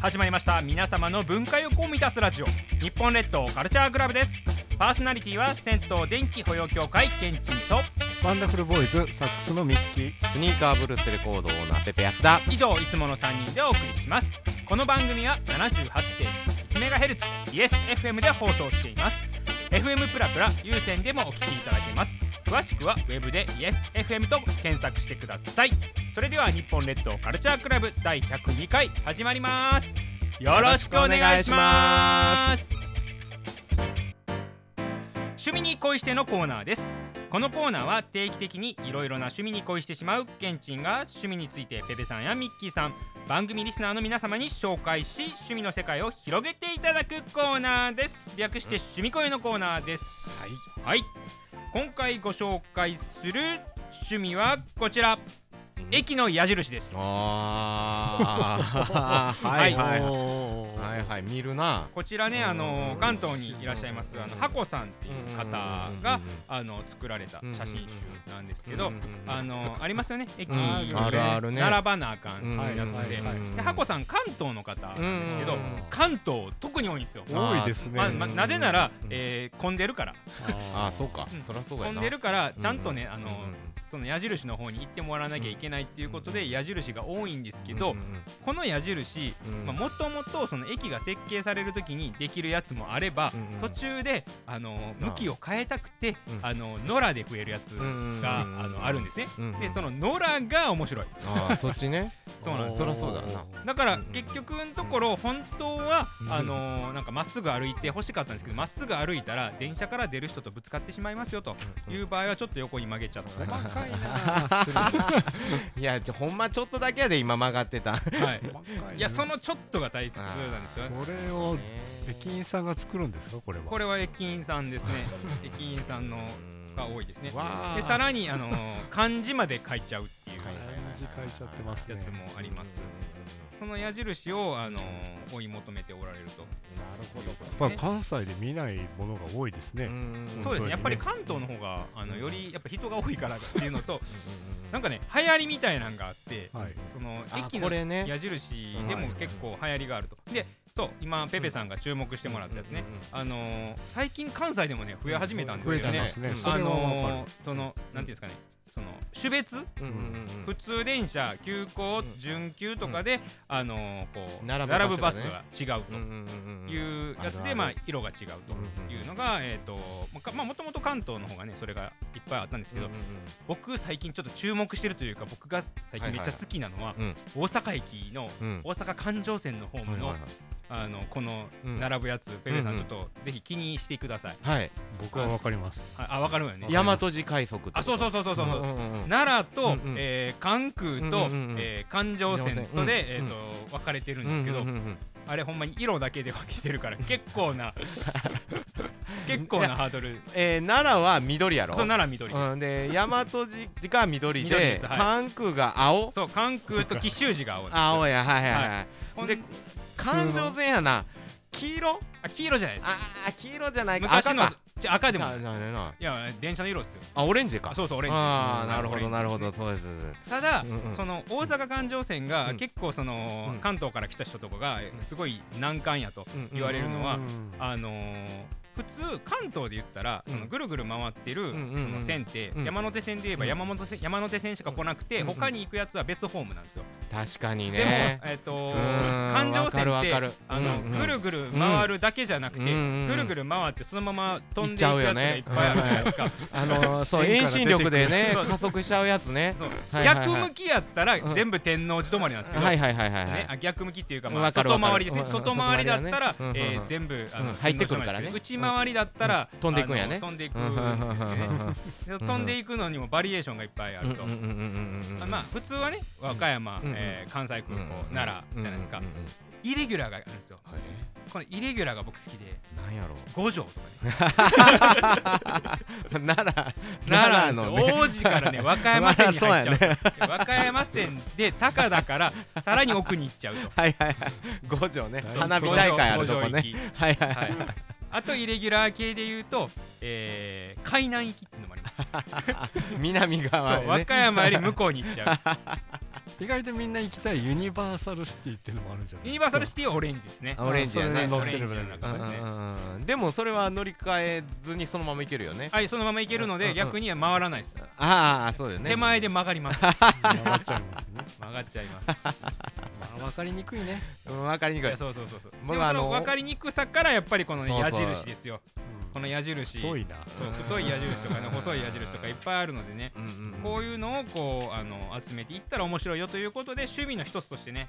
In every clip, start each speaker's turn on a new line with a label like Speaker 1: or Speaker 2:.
Speaker 1: 始まりました皆様の文化欲を満たすラジオ日本列島カルチャークラブですパーソナリティは銭湯電気保養協会ケンチンと
Speaker 2: ワンダフルボーイズサックスのミッキー
Speaker 3: スニーカーブルースレコードオーナーペペ安田
Speaker 1: 以上いつもの3人でお送りしますこの番組は 78.1MHz イエス FM で放送しています FM プラプラ有線でもお聞きいただけます詳しくはウェブで YesFM と検索してくださいそれでは日本列島カルチャークラブ第102回始まりますよろしくお願いします趣味に恋してのコーナーですこのコーナーは定期的にいろいろな趣味に恋してしまうケンチンが趣味についてペペさんやミッキーさん番組リスナーの皆様に紹介し趣味の世界を広げていただくコーナーです略して趣味恋のコーナーですはい、今回ご紹介する趣味はこちら駅の矢印です
Speaker 3: あーはいはいはいはいはい見るな
Speaker 1: こちらねあの関東にいらっしゃいますあのハコさんっていう方があの作られた写真集なんですけどあのありますよね駅に
Speaker 3: あるあるね
Speaker 1: 並ばなあかん
Speaker 3: うん
Speaker 1: やつで
Speaker 2: はいはい
Speaker 1: でハコさん関東の方なんですけ
Speaker 3: う
Speaker 1: ど
Speaker 3: ん
Speaker 1: 関東特に多いんですよ。
Speaker 2: 多いですね、
Speaker 1: まあまあなぜなら
Speaker 3: うん
Speaker 1: えー混んでるから
Speaker 3: あーそうか
Speaker 1: うん
Speaker 3: そりゃそうやな
Speaker 1: 混んでるからちゃんとねあの
Speaker 3: うんうん
Speaker 1: その矢印の方に行ってもらわなきゃいけないっていうことで矢印が多いんですけど
Speaker 3: うんうんうん
Speaker 1: この矢印
Speaker 3: うん
Speaker 1: まあ、もともとその駅が設計される時にできるやつもあれば、
Speaker 3: うんうん
Speaker 1: 途中であの
Speaker 3: なあ
Speaker 1: 向きを変えたくて、
Speaker 3: うん
Speaker 1: あの野良で増えるやつ
Speaker 3: うんうんうん
Speaker 1: が、あのあるんですね。
Speaker 3: うんうん
Speaker 1: でその野良が面白い
Speaker 3: あーそっちね
Speaker 1: そうなんです
Speaker 3: そりゃそうだな
Speaker 1: だから
Speaker 3: うんうん
Speaker 1: 結局のところ本当は
Speaker 3: うん
Speaker 1: あのなんかまっすぐ歩いて欲しかったんですけどまっすぐ歩いたら電車から出る人とぶつかってしまいますよという場合はちょっと横に曲げちゃった細 かいな、
Speaker 3: いやちょほんまちょっとだけやで今曲がってた
Speaker 1: はい、いやそ
Speaker 2: の
Speaker 1: のちょっとが大切なんですよね
Speaker 2: それを駅員さんが作るんですかこれは
Speaker 1: これは駅員さんですね駅員さんのが多いですね
Speaker 3: わあ
Speaker 1: でさらにあの ー漢字まで書いちゃうっていう
Speaker 3: はい
Speaker 2: 漢字書いちゃってますね
Speaker 1: やつもありますその矢印をあのー追い求めておられると
Speaker 3: なるほど
Speaker 2: やっぱ関西で見ないものが多いですね、ん
Speaker 1: そうですねやっぱり
Speaker 3: か
Speaker 1: 関東の方があのよりやっぱ人が多いからっていうの となんかね流行りみたいなんがあって
Speaker 2: はい
Speaker 1: その
Speaker 3: あ
Speaker 1: 駅
Speaker 3: こ
Speaker 1: の
Speaker 3: れね
Speaker 1: 矢印でも結構流行りがあるとでそう今ペペさんが注目してもらったやつねあのー最近関西でもね増え始めたんです
Speaker 2: 増え
Speaker 1: よ
Speaker 2: て
Speaker 1: ね
Speaker 2: ますね、
Speaker 3: うん
Speaker 2: そ
Speaker 1: あ
Speaker 2: れはわかる、
Speaker 1: のーそのなんていうんですかねその種別
Speaker 3: うんうんうん
Speaker 1: 普通電車急行準急とかで、あのーこう
Speaker 3: 並
Speaker 1: 並
Speaker 3: ぶ
Speaker 1: ぶ
Speaker 3: 場所がね
Speaker 1: バスは違う
Speaker 3: うんうんうんうん
Speaker 1: というやつ
Speaker 3: あるあ
Speaker 1: で、
Speaker 3: る
Speaker 1: まあ、色が違うというのが、えーとまあかまあ、もともと関東の方がねそれがいっぱいあったんですけど、
Speaker 3: うんうん
Speaker 1: 僕最近ちょっと注目してるというか僕が最近めっちゃ好きなのは、
Speaker 3: はいはい
Speaker 1: 大阪駅の
Speaker 3: うんうん
Speaker 1: 大阪環状線のホームの,、あのこの
Speaker 3: うん
Speaker 1: 並ぶやつ、ペペさ
Speaker 3: うん
Speaker 1: ん
Speaker 3: う
Speaker 1: ちょ
Speaker 3: ん
Speaker 1: っとぜひ気にしてください。
Speaker 3: はい
Speaker 2: 僕はわかります
Speaker 1: ああ分かるわよね。
Speaker 3: 大和寺快速
Speaker 1: あそうそううそうそうそう、
Speaker 3: んんうん
Speaker 1: 奈良と、
Speaker 3: うんうん
Speaker 1: えー関空と、
Speaker 3: うんうんうん
Speaker 1: えー環状線とで、
Speaker 3: うん
Speaker 1: えー、と分かれてるんですけど、
Speaker 3: うんうんうん
Speaker 1: あれほんまに色だけで分けてるから結構 な結構なハードル
Speaker 3: えー奈良は緑やろ
Speaker 1: そう奈良緑です、
Speaker 3: うんで大和寺が緑
Speaker 1: 緑
Speaker 3: で
Speaker 1: ですはい
Speaker 3: 関空が青
Speaker 1: そう関空と紀州寺が青です
Speaker 3: 青やはいはい
Speaker 1: は
Speaker 3: はい
Speaker 1: ほん
Speaker 3: で環状線やな黄色
Speaker 1: あ黄色じゃないです
Speaker 3: あー黄色じゃないか
Speaker 1: 昔
Speaker 3: 赤
Speaker 1: の
Speaker 3: か
Speaker 1: じゃ赤でも
Speaker 3: なななない
Speaker 1: や電車の色ですよ
Speaker 3: あオレンジか
Speaker 1: あそうそうオレンジです
Speaker 3: ああなるほどなるほ
Speaker 1: オレ
Speaker 3: ど
Speaker 1: ンジで
Speaker 3: そうですそうです
Speaker 1: すただ、
Speaker 3: うんうん
Speaker 1: その大阪環状線が
Speaker 3: うん
Speaker 1: 結構その、
Speaker 3: うん
Speaker 1: 関東から来た人とかが
Speaker 3: ん
Speaker 1: すごい難関やと言われるのは、
Speaker 2: うん
Speaker 1: あのー普通関東で言ったら、
Speaker 3: うん
Speaker 1: そのぐるぐる回ってる、
Speaker 3: うんうんうん
Speaker 1: その線って、
Speaker 3: うん
Speaker 1: 山手線で言えば
Speaker 3: うん
Speaker 1: 山本線、山手線しか来なくて、
Speaker 3: うんうん
Speaker 1: 他に行くやつは別ホームなんですよ。
Speaker 3: 確かに
Speaker 1: でも
Speaker 3: ね
Speaker 1: えっ、と
Speaker 3: うん
Speaker 1: 環状線
Speaker 3: わ
Speaker 1: っ
Speaker 3: かる
Speaker 1: てあ
Speaker 3: わかる
Speaker 1: の、
Speaker 3: うんうん
Speaker 1: ぐるぐる回るだけじゃなくて、
Speaker 3: うんうん
Speaker 1: ぐるぐる回ってそのまま飛んでいくやつがいっぱいあるじゃないですか。
Speaker 3: あのーそう
Speaker 2: 線
Speaker 3: 遠
Speaker 2: から出てくる
Speaker 3: 心力でね
Speaker 1: そう
Speaker 3: 加速しちゃうやつね
Speaker 1: そう
Speaker 3: はいはいはい
Speaker 1: 逆向きやったら
Speaker 3: うん
Speaker 1: 全部天王寺止まりなんですけど。
Speaker 3: はいはいはいはいは
Speaker 1: ね、
Speaker 3: い
Speaker 1: あ逆向きっていうか、まあ、
Speaker 3: わかる
Speaker 1: 外
Speaker 3: わか
Speaker 1: 回り
Speaker 3: る
Speaker 1: ですね
Speaker 3: うん
Speaker 1: 外回りだったら、
Speaker 3: 外回りだねうん
Speaker 1: え
Speaker 3: うんう
Speaker 1: ー
Speaker 3: ん
Speaker 1: 全部あの、
Speaker 3: うん入ってくるからね
Speaker 1: 運動してもらうんですけど内回りだったら、
Speaker 3: うん飛んでいくんやね
Speaker 1: あの飛んでいく
Speaker 3: うんうんうんうんうんん
Speaker 1: ですけどねで飛んでいくのにもバリエーションがいっぱいあると、
Speaker 3: うんうんうんうんうんうん
Speaker 1: まあ普通はね和歌山、
Speaker 3: うん
Speaker 1: えー関西空港、奈良じゃないですか、
Speaker 3: うんうんうんうん
Speaker 1: イレギュラーがあるんですよこのイレギュラーが僕好きで
Speaker 3: なんやろ
Speaker 1: 五条とかね
Speaker 3: う 奈良
Speaker 1: 奈良の
Speaker 3: のね
Speaker 1: 王子から ね和歌山線に入っちゃう和歌山線で高田からさらに奥に行っちゃうと
Speaker 3: はいはいはい五条ね
Speaker 2: 大
Speaker 3: 花火大会あると
Speaker 1: 五
Speaker 3: こ
Speaker 1: 条行
Speaker 3: ね
Speaker 1: き
Speaker 3: はいはいは
Speaker 1: はいい、あとイレギュラー系で言うと、えー、海 南行きっていうのもあります、
Speaker 3: 南
Speaker 1: そ
Speaker 3: 側
Speaker 1: う和
Speaker 3: ね
Speaker 1: 歌山より向こうに行っちゃう
Speaker 2: 意外とみんな行きたいユニバーサルシティっていうのもあるん じゃない
Speaker 1: ユ
Speaker 2: で
Speaker 1: ニバ
Speaker 2: すか
Speaker 1: ーサルシティはオレンジですね
Speaker 3: あオレンジやね
Speaker 2: あそれ乗ってるぐらい
Speaker 1: オレンジ
Speaker 3: う
Speaker 1: や
Speaker 3: んう
Speaker 1: ね
Speaker 3: んうんうんでもそれは乗り換えずにそのままいけるよね
Speaker 1: はいそのまま行けるの
Speaker 3: うんう
Speaker 1: で
Speaker 3: ん
Speaker 1: 逆には回らないです
Speaker 3: ああそうだよね
Speaker 1: 手前で曲がります
Speaker 2: 上がっ ちゃいますね
Speaker 1: 曲がっちゃい ます
Speaker 2: まあ分かりにくいね、
Speaker 3: うんわかりに
Speaker 1: い
Speaker 3: くい
Speaker 1: やそうそうそうそう
Speaker 3: 僕
Speaker 1: でもそ
Speaker 3: あの
Speaker 1: の分かりにくさからやっぱりこのね
Speaker 3: そう
Speaker 1: 矢
Speaker 3: そう
Speaker 1: 印ですよこの矢印
Speaker 2: 遠いな
Speaker 1: そう太い矢印とかね
Speaker 3: うん
Speaker 1: 細い矢印とかいっぱいあるのでね
Speaker 3: うんうん
Speaker 1: こういうのをこうあの集めていったら面白いよということで趣味の一つとしてね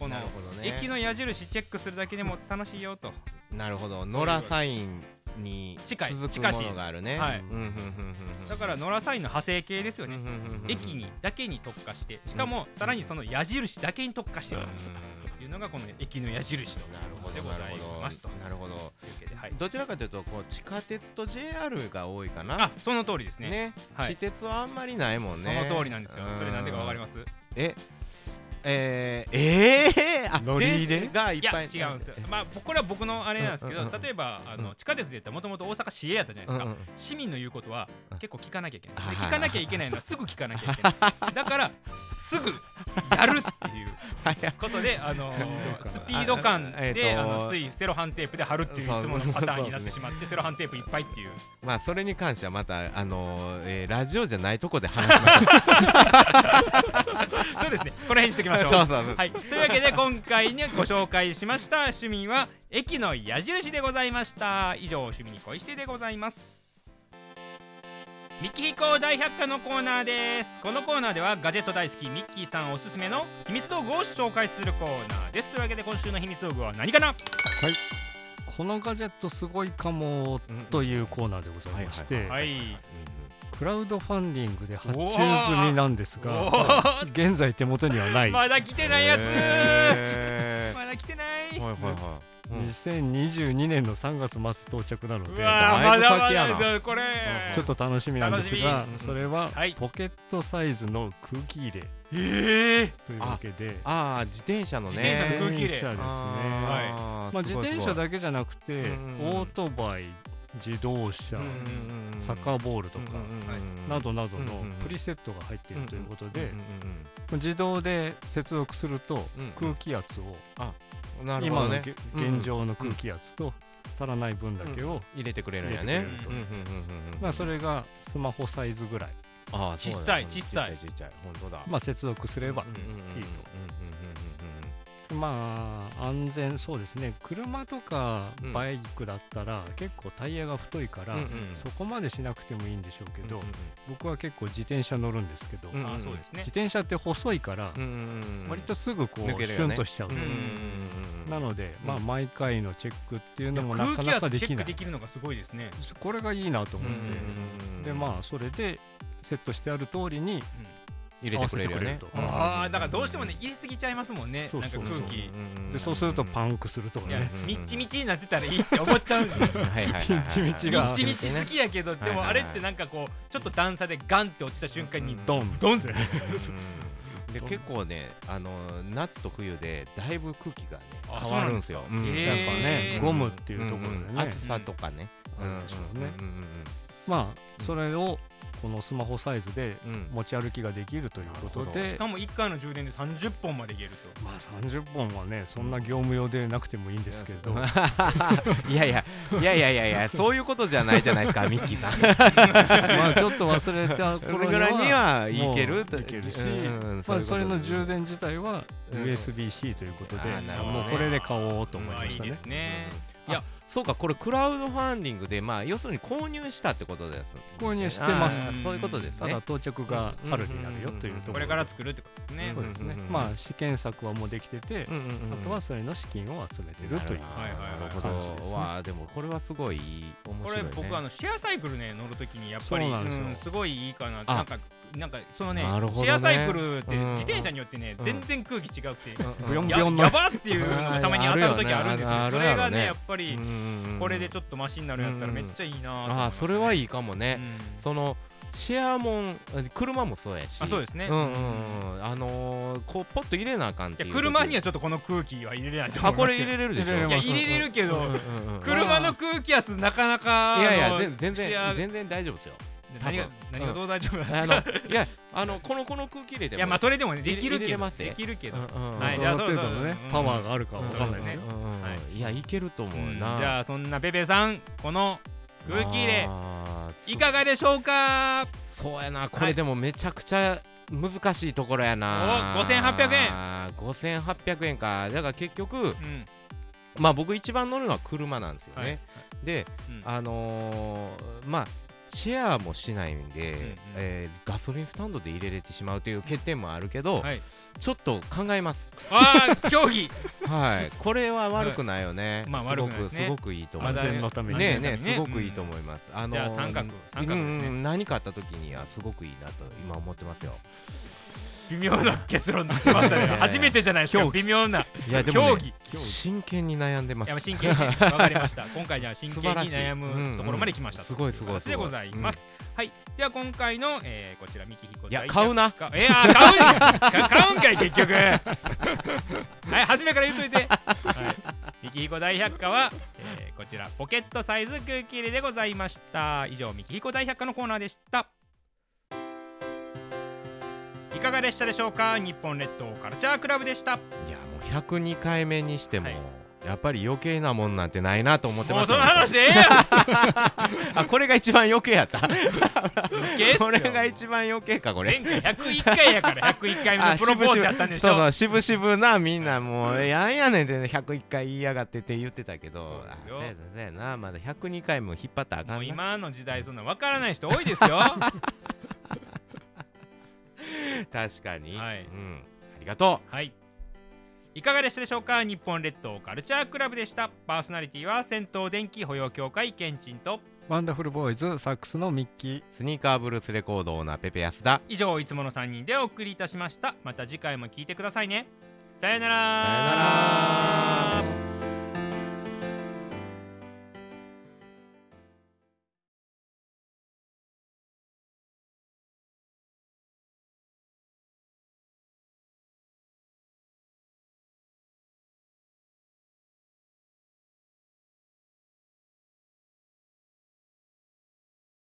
Speaker 1: この
Speaker 3: なるほどね
Speaker 1: 駅の矢印チェックするだけでも楽しいよと
Speaker 3: なるほど野良サインに
Speaker 1: 近い
Speaker 3: 続く
Speaker 1: 近しい
Speaker 3: も
Speaker 1: で
Speaker 3: の
Speaker 1: す
Speaker 3: があるね
Speaker 1: はい
Speaker 3: うんうんうんうんうん
Speaker 1: だから野良サインの派生形ですよ
Speaker 3: うん
Speaker 1: ね
Speaker 3: うんうんうん
Speaker 1: 駅にだけに特化してしかもさらにその矢印だけに特化して
Speaker 3: う
Speaker 1: る
Speaker 3: ん
Speaker 1: というのがこの駅の矢印と
Speaker 3: なるほ
Speaker 1: で
Speaker 3: ど
Speaker 1: ご
Speaker 3: な
Speaker 1: ざい
Speaker 3: るほ
Speaker 1: ますと
Speaker 3: どなるほど
Speaker 1: いうわけではい
Speaker 3: どちらかというとこう地下鉄と JR が多いかな
Speaker 1: あその通りですね
Speaker 3: ね
Speaker 1: はい
Speaker 3: 私鉄はあんまりないもん
Speaker 1: そ
Speaker 3: ね
Speaker 1: の通りなんですよそれなんでかわかりますす
Speaker 3: ええー、えー、あ
Speaker 2: 乗り入れ
Speaker 3: 電車がいっ
Speaker 1: いや
Speaker 3: ぱ
Speaker 1: 違
Speaker 3: い
Speaker 1: うんですよまあこれは僕のあれなんですけ
Speaker 3: うん
Speaker 1: ど
Speaker 3: うんうん
Speaker 1: 例えばあの地下鉄で言ったらもともと大阪市営やったじゃないうで
Speaker 3: ん
Speaker 1: す
Speaker 3: う
Speaker 1: か
Speaker 3: ん
Speaker 1: 市民の言うことは
Speaker 3: うん
Speaker 1: 結構聞かなきゃいけない
Speaker 3: はい
Speaker 1: で聞かなきゃいけないのはすぐ聞かなきゃいけないだからすぐやるっていう
Speaker 3: はいはい
Speaker 1: ことであ のス
Speaker 2: ス
Speaker 1: ピ
Speaker 2: ピ
Speaker 1: ー
Speaker 3: ー
Speaker 1: ド
Speaker 3: ド
Speaker 1: 感
Speaker 3: 感
Speaker 1: であ、
Speaker 3: えっと
Speaker 1: のついセロハンテープで貼るっていういつ
Speaker 3: そう
Speaker 1: ものパターンになっ
Speaker 3: そうそうそう
Speaker 1: て
Speaker 3: ね
Speaker 1: しまってセロハンテープいっぱいっていう
Speaker 3: まあそれに関してはまたあのーえー、ラジオじゃないとこで話しましょ
Speaker 1: そうですねこの辺にしておきましょ
Speaker 3: う
Speaker 1: う
Speaker 3: そうそうそう
Speaker 1: はい、というわけで今回ねご紹介しました趣味は駅の矢印でございました以上趣味に恋してでございますミッキー飛行大百科のコーナーですこのコーナーではガジェット大好きミッキーさんおすすめの秘密道具を紹介するコーナーですというわけで今週の秘密道具は何かな
Speaker 2: このガジェットすごいかも
Speaker 3: うん
Speaker 2: というコーナーでございまして、
Speaker 1: はい
Speaker 2: クラウドファンディングで発注済みなんです
Speaker 1: お
Speaker 2: が
Speaker 1: ー
Speaker 2: 現在手元にはない
Speaker 1: まだ来てないやつ
Speaker 3: え
Speaker 1: まだ来てな
Speaker 3: ー
Speaker 1: い
Speaker 3: はいはいは
Speaker 2: 2022年の3月末到着なの
Speaker 1: う
Speaker 2: で
Speaker 1: わー
Speaker 3: だ
Speaker 1: ま
Speaker 3: いぶ先
Speaker 1: だま
Speaker 3: やな
Speaker 1: だこれ
Speaker 2: ちょっと楽しみなんですが
Speaker 3: 楽しみ
Speaker 2: それは
Speaker 1: はい
Speaker 2: ポケットサイズの空気入れ
Speaker 1: ええ
Speaker 2: というわけで
Speaker 3: ああ自転車のね
Speaker 1: 自転車の空気入れ
Speaker 2: 自転車ですね
Speaker 1: はい
Speaker 3: あー
Speaker 2: まあ、
Speaker 3: す
Speaker 2: 自
Speaker 3: ごい
Speaker 2: 転車だけじゃなくて
Speaker 3: うんうんうん
Speaker 2: オートバイ自動車
Speaker 3: うんうんうん
Speaker 2: サッカーボールと
Speaker 3: うん
Speaker 2: か
Speaker 3: うんうんうん
Speaker 2: などなど
Speaker 3: うんう
Speaker 2: の
Speaker 3: んうん
Speaker 2: プリセットが入っているということで
Speaker 3: うんうん
Speaker 2: 自動で接続すると
Speaker 3: うん
Speaker 2: 空気圧を
Speaker 3: うんなるほ
Speaker 2: 今
Speaker 3: ど
Speaker 2: の
Speaker 3: ね
Speaker 2: げ
Speaker 3: うんうん
Speaker 2: 現状の空気圧と足らない分だけを
Speaker 3: 入れてくれるんや
Speaker 1: 入
Speaker 3: ね
Speaker 1: れてく
Speaker 3: うん
Speaker 1: れ
Speaker 3: うん
Speaker 1: る
Speaker 3: うんうん
Speaker 2: まあそれがスマホサイズぐらい
Speaker 3: ああそうだ
Speaker 1: 小さい小さい
Speaker 3: ちっちゃい本当だ
Speaker 2: まあ接続すればいいとまあ安全そうですね車とか
Speaker 3: うん
Speaker 2: バイクだったら結構タイヤが太いから
Speaker 3: うんうん
Speaker 2: そこまでしなくてもいいんでしょうけど僕は結構自転車乗るんですけど
Speaker 3: うん
Speaker 1: あそうですね
Speaker 2: 自転車って細いから割とすぐこ
Speaker 3: 抜
Speaker 2: う
Speaker 3: け
Speaker 2: シ
Speaker 3: る
Speaker 2: ュ
Speaker 3: よね
Speaker 2: ンとしちゃう
Speaker 1: うん
Speaker 2: なのでまあ
Speaker 3: うん
Speaker 2: 毎回のチェックっていうのもな
Speaker 1: 空
Speaker 2: か
Speaker 1: 気
Speaker 2: なか
Speaker 1: 圧
Speaker 2: で
Speaker 1: チェ
Speaker 2: き
Speaker 1: ッ
Speaker 2: な
Speaker 1: ク
Speaker 2: い
Speaker 1: できるのがすごいですね
Speaker 2: これがいいなと思ってでま
Speaker 3: あ
Speaker 2: あそれでセットしてある通りに
Speaker 3: 入れてくれるよ
Speaker 2: 合わせ
Speaker 3: ね
Speaker 2: てくれると
Speaker 1: ああだからどうしてもね入れすぎちゃいますもんね
Speaker 2: そうそう
Speaker 1: なんか空気い
Speaker 2: でそうするとパ
Speaker 3: ン
Speaker 2: ンクするとか
Speaker 1: や
Speaker 2: ね
Speaker 1: みっちみちになってたらいいって思っちゃうんでみ
Speaker 2: みっちみちが
Speaker 1: っちみち好きやけどでもあ
Speaker 3: はいはいは
Speaker 1: れ
Speaker 3: い
Speaker 1: ってなんかこうちょっと段差でガンって落ちた瞬間に
Speaker 2: ドン
Speaker 1: ドンって
Speaker 3: で結構ねあの夏と冬でだいぶ空気がね
Speaker 1: あ
Speaker 3: 変わるんですよ
Speaker 1: なんですか
Speaker 3: うん
Speaker 1: へ
Speaker 2: やっぱ
Speaker 1: え
Speaker 2: ね
Speaker 1: ー
Speaker 2: ゴムっていうところで
Speaker 3: んん
Speaker 2: ね
Speaker 3: 暑さとかね
Speaker 2: あるでしょうね
Speaker 3: うんうん
Speaker 2: まあそれをこのスマホサイズで
Speaker 3: うんうん
Speaker 2: 持ち歩きができるということ
Speaker 1: し
Speaker 2: で
Speaker 1: かも1回の充電で30本までいけると
Speaker 2: まあ30本はねそんな業務用でなくてもいいんですけど
Speaker 3: いやいやいやいやいやいやそういうことじゃないじゃないですかミッキーさん。
Speaker 2: まあちょっと忘れた
Speaker 3: こ
Speaker 2: 頃
Speaker 3: れ
Speaker 2: に
Speaker 3: ぐらいに
Speaker 2: は
Speaker 3: はいけると
Speaker 2: もういけるし
Speaker 3: うん
Speaker 2: まあ
Speaker 3: そ
Speaker 2: そう
Speaker 3: い
Speaker 2: れ
Speaker 3: うこと
Speaker 2: の充電自体は
Speaker 3: うん
Speaker 2: USB-C ということで
Speaker 3: あーなるほど
Speaker 2: も
Speaker 3: ね
Speaker 2: うこれで買おうと思い
Speaker 1: まあ
Speaker 2: ま
Speaker 1: いい
Speaker 2: した
Speaker 1: で
Speaker 2: ね
Speaker 1: すね
Speaker 3: うん
Speaker 1: いや
Speaker 3: あそうかこれクラウドファンディングでまあ要するに購入したってことです
Speaker 2: 購入してます
Speaker 3: あーそういうことです
Speaker 2: ただ
Speaker 3: ね
Speaker 2: 到着が春になるよというところで
Speaker 1: これから作るってことですね
Speaker 2: そうですね
Speaker 3: うんうんうん
Speaker 2: まあ試験作はもうできてて
Speaker 3: うんうんうん
Speaker 2: あとはそれの資金を集めてるという
Speaker 1: はいはいはい
Speaker 3: なるほ
Speaker 2: 感じです
Speaker 3: ど
Speaker 2: ね
Speaker 3: わあでもこれはすごい面
Speaker 1: こ
Speaker 3: 白い
Speaker 1: れ
Speaker 3: ね
Speaker 1: 僕あのシェアサイクルね乗るときにやっぱり
Speaker 2: そうなんですよ
Speaker 1: うんすごいいいかなって
Speaker 3: あ
Speaker 1: なんかなんかそのね
Speaker 3: なるほど
Speaker 1: シ
Speaker 3: ね
Speaker 1: ェアサイクルって
Speaker 3: うん
Speaker 1: 自転車によってね
Speaker 3: うん
Speaker 1: 全然空気違うくて
Speaker 2: ブヨン
Speaker 1: や
Speaker 2: の
Speaker 1: やばって いうのがたまに当たる時あるんですけどそ
Speaker 3: あるある
Speaker 1: れ
Speaker 3: やろね
Speaker 1: がねやっぱりこれで
Speaker 3: ょっ
Speaker 1: ちょっとマシになるんやったらめっちゃいいなと思いますね
Speaker 3: ああそれはいいかも
Speaker 1: う
Speaker 3: ね
Speaker 1: ん
Speaker 3: そのシェアもん車もそうやし
Speaker 1: あそうですね
Speaker 3: うんうんうんあのーこうポッと入れなあかんって
Speaker 1: い
Speaker 3: いう
Speaker 1: や
Speaker 3: ことで
Speaker 1: 車にはちょっとこの空気は入れれないと思
Speaker 3: あ
Speaker 1: いま
Speaker 3: こ
Speaker 1: す
Speaker 3: れ
Speaker 1: け
Speaker 3: 入
Speaker 1: ど
Speaker 3: れれるでしょ
Speaker 2: 入れれ
Speaker 1: いや
Speaker 2: ます
Speaker 1: 入れれるけど
Speaker 3: うんうんうん
Speaker 1: 車の空気圧なかなか
Speaker 3: いやいや
Speaker 1: あの
Speaker 3: 全全
Speaker 1: シェア
Speaker 3: 然全然大丈夫ですよ
Speaker 1: 何が
Speaker 3: 多分
Speaker 1: 何がどう大丈夫なんですか
Speaker 3: あのいやあのこのこの空気入れでも
Speaker 1: いやまあそれでもねできるけ
Speaker 3: 入れ
Speaker 1: ど
Speaker 3: ますね
Speaker 1: できるけど、
Speaker 3: うんうん
Speaker 1: はい
Speaker 2: ど
Speaker 1: じゃあ
Speaker 2: の
Speaker 1: そうそ
Speaker 2: 程
Speaker 1: う
Speaker 2: 度のね
Speaker 1: うん
Speaker 2: パワーがあるかわかんないです
Speaker 1: そ
Speaker 2: よ
Speaker 1: う。
Speaker 3: うんうん
Speaker 1: はい
Speaker 3: いやいけると思う
Speaker 1: うんじ
Speaker 3: な
Speaker 1: ゃあそんなペペさんこの空気入れ
Speaker 3: あー
Speaker 1: いかがでしょうか
Speaker 3: そうやなこ
Speaker 1: はい
Speaker 3: れでもめちゃくちゃ難しいところやな
Speaker 1: お5800円
Speaker 3: 円5800円かだから結局
Speaker 1: うん
Speaker 3: まあ僕一番乗るのは車なんですよ
Speaker 1: は
Speaker 3: ね、
Speaker 1: い
Speaker 3: で
Speaker 1: うん
Speaker 3: あのーまあシェアもしないんで、
Speaker 1: んうん
Speaker 3: えーガソリンスタンドで入れれてしまうという欠点もあるけど、
Speaker 1: はい
Speaker 3: ちょっと考えます
Speaker 1: ああ競技
Speaker 3: はいこれは悪くないよね、
Speaker 1: まあ
Speaker 3: すご
Speaker 1: 悪くないで
Speaker 3: く
Speaker 1: すね
Speaker 3: すごくいいと思い
Speaker 2: 安
Speaker 3: ま
Speaker 2: 全のため
Speaker 3: す
Speaker 2: に
Speaker 1: まあ
Speaker 3: ねえ
Speaker 1: 安全
Speaker 3: ねえ
Speaker 1: にね
Speaker 3: すごくいいと思います、あのー
Speaker 1: じゃあ三角三角ですね
Speaker 3: うんうん何かあった時にはすごくいいなと今思ってま すよ
Speaker 1: 微妙な結論になってましたね
Speaker 3: いやいや
Speaker 1: 初めてじゃないですか
Speaker 2: 競技
Speaker 1: 微妙ない
Speaker 3: やでも、ね、
Speaker 1: 競技
Speaker 3: 真剣に悩んでま
Speaker 1: いやますあ真剣にねわかりま した今回じゃあ真剣に
Speaker 3: 素晴らしい
Speaker 1: 悩むところまで来ました
Speaker 3: うんうんすごいすごい
Speaker 1: とう形でございます、はいでは今回の、えー、こちら三木彦
Speaker 3: いや買うな
Speaker 1: かいやー買うんやか買うんかい結局 はい初めから言っといて、はい、三木彦大百科は、えー、こちらポケットサイズ空気入れでございました以上三木彦大百科のコーナーでしたいかがでしたでしょうか日本列島カルチャークラブでした
Speaker 3: いやもう102回目にしても、
Speaker 1: はい
Speaker 3: やっぱり余計なもんなんてないなと思って
Speaker 1: も
Speaker 3: ま
Speaker 1: う
Speaker 3: す
Speaker 1: そ
Speaker 3: よ
Speaker 1: の話でええやん
Speaker 3: あこれが一番余計やった
Speaker 1: 余計っすよ
Speaker 3: これが一番余計かこれ
Speaker 1: 前回101回やから101回目のプロポーズやったんでしょ
Speaker 3: そうそうしぶしぶなみんなもうやんやねんってね101回言いやがってって言ってたけど
Speaker 1: そうですよ
Speaker 3: あそうやなそうやなまだ102回も引っ張ったらあか
Speaker 1: もうん
Speaker 3: な
Speaker 1: 今の時代そんなわからない人多いですよは
Speaker 3: 確かに、
Speaker 1: はい
Speaker 3: うん、ありがと
Speaker 1: いいかがでしたでしょうか日本列島カルチャークラブでしたパーソナリティは銭湯電気保養協会ケンチンと
Speaker 2: ワンダフルボーイズサックスのミッキー
Speaker 3: うスニーカーブルースレコードオーナーペペ安田
Speaker 1: 以上いつもの3人でお送りいたしましたまた次回も聞いてくださいねさよなら
Speaker 3: さよなら